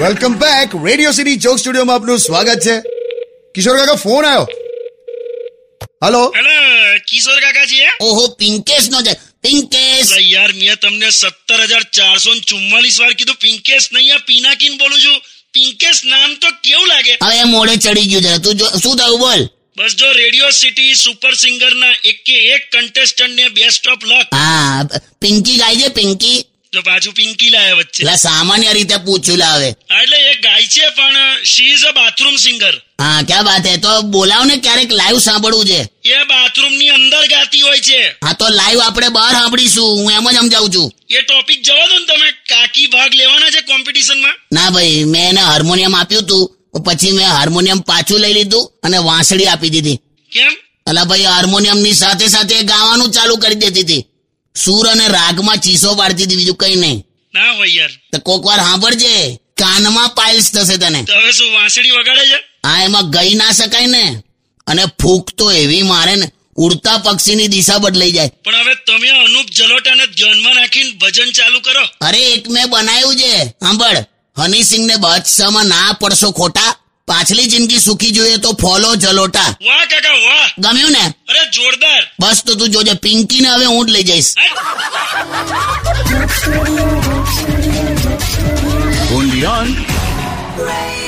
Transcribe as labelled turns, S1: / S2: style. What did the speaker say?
S1: Welcome back Radio City joke સ્ટુડિયોમાં આપનું સ્વાગત છે કિશોર કાકા ફોન આવ્યો હલો
S2: હેલો કિશોર કાકાજી હે?
S3: ઓહો પિંકેશ નો છે પિંકેશ
S2: અલા યાર મેં તમને સત્તર હજાર ચારસો ચુમ્માલીસ વાર કીધું પિંકેશ નહીં આ પિનાકીન બોલું છું પિંકેશ નામ તો કેવું લાગે
S3: હવે મોડે ચડી ગયું છે તું જો- શું થયું બોલ
S2: બસ જો રેડિયો સિટી સુપર સિંગર ના એકે એક contestant ને બેસ્ટ ઓફ લક
S3: હા પિંકી ગાય છે પિંકી
S2: તો પાછું પિંકી લાયા વચ્ચે
S3: એટલે સામાન્ય રીતે પૂછ્યું લાવે
S2: હા, એટલે એ ગાય છે પણ she is a bathroom singer
S3: હા ક્યાં વાત હે તો બોલાવ ને ક્યારેક લાઈવ સાંભળવું છે
S2: એ બાથરૂમ ની અંદર ગાતી હોય છે
S3: હા તો લાઈવ આપણે બહાર સાંભળીશું હું એમ જ સમજાવું છું
S2: એ ટોપિક જવા દો ને તમે કાકી ભાગ લેવાના છે કોમ્પિટિશનમાં
S3: ના ભાઈ મેં એને હાર્મોનિયમ આપ્યું હતું પછી મેં હાર્મોનિયમ પાછું લઈ લીધું અને વાંસળી આપી દીધી
S2: કેમ
S3: અલા ભાઈ હાર્મોનિયમની સાથે સાથે ગાવાનું ચાલુ કરી દેતી હતી સૂર અને રાગમાં ચીસો પાડતી હતી બીજું કઈ નહીં
S2: ના હોય યાર
S3: તો કોક વાર સાંભળજે કાનમાં પાઇલ્સ થશે તને
S2: તો હવે શું વાંસળી વગાડે છે
S3: આ એમાં ગઈ ના શકાય ને અને ફૂંક તો એવી મારે ને ઉડતા પક્ષીની દિશા બદલાઈ જાય
S2: પણ હવે તમે અનુપ જલોટાને ધ્યાનમાં રાખીને ભજન ચાલુ કરો
S3: અરે એક મેં બનાવ્યું છે સાંભળ હનીસિંહને બાદશાહમાં ના પડશો ખોટા પાછલી જિંદગી સુખી જોઈએ તો ફોલો જલોટા
S2: વાહ કાકા વાહ
S3: ગમ્યું ને
S2: અરે જોરદાર
S3: બસ તો તું જોજે પિંકીને હવે હું જ લઈ જઈશ
S4: Only on
S5: Radio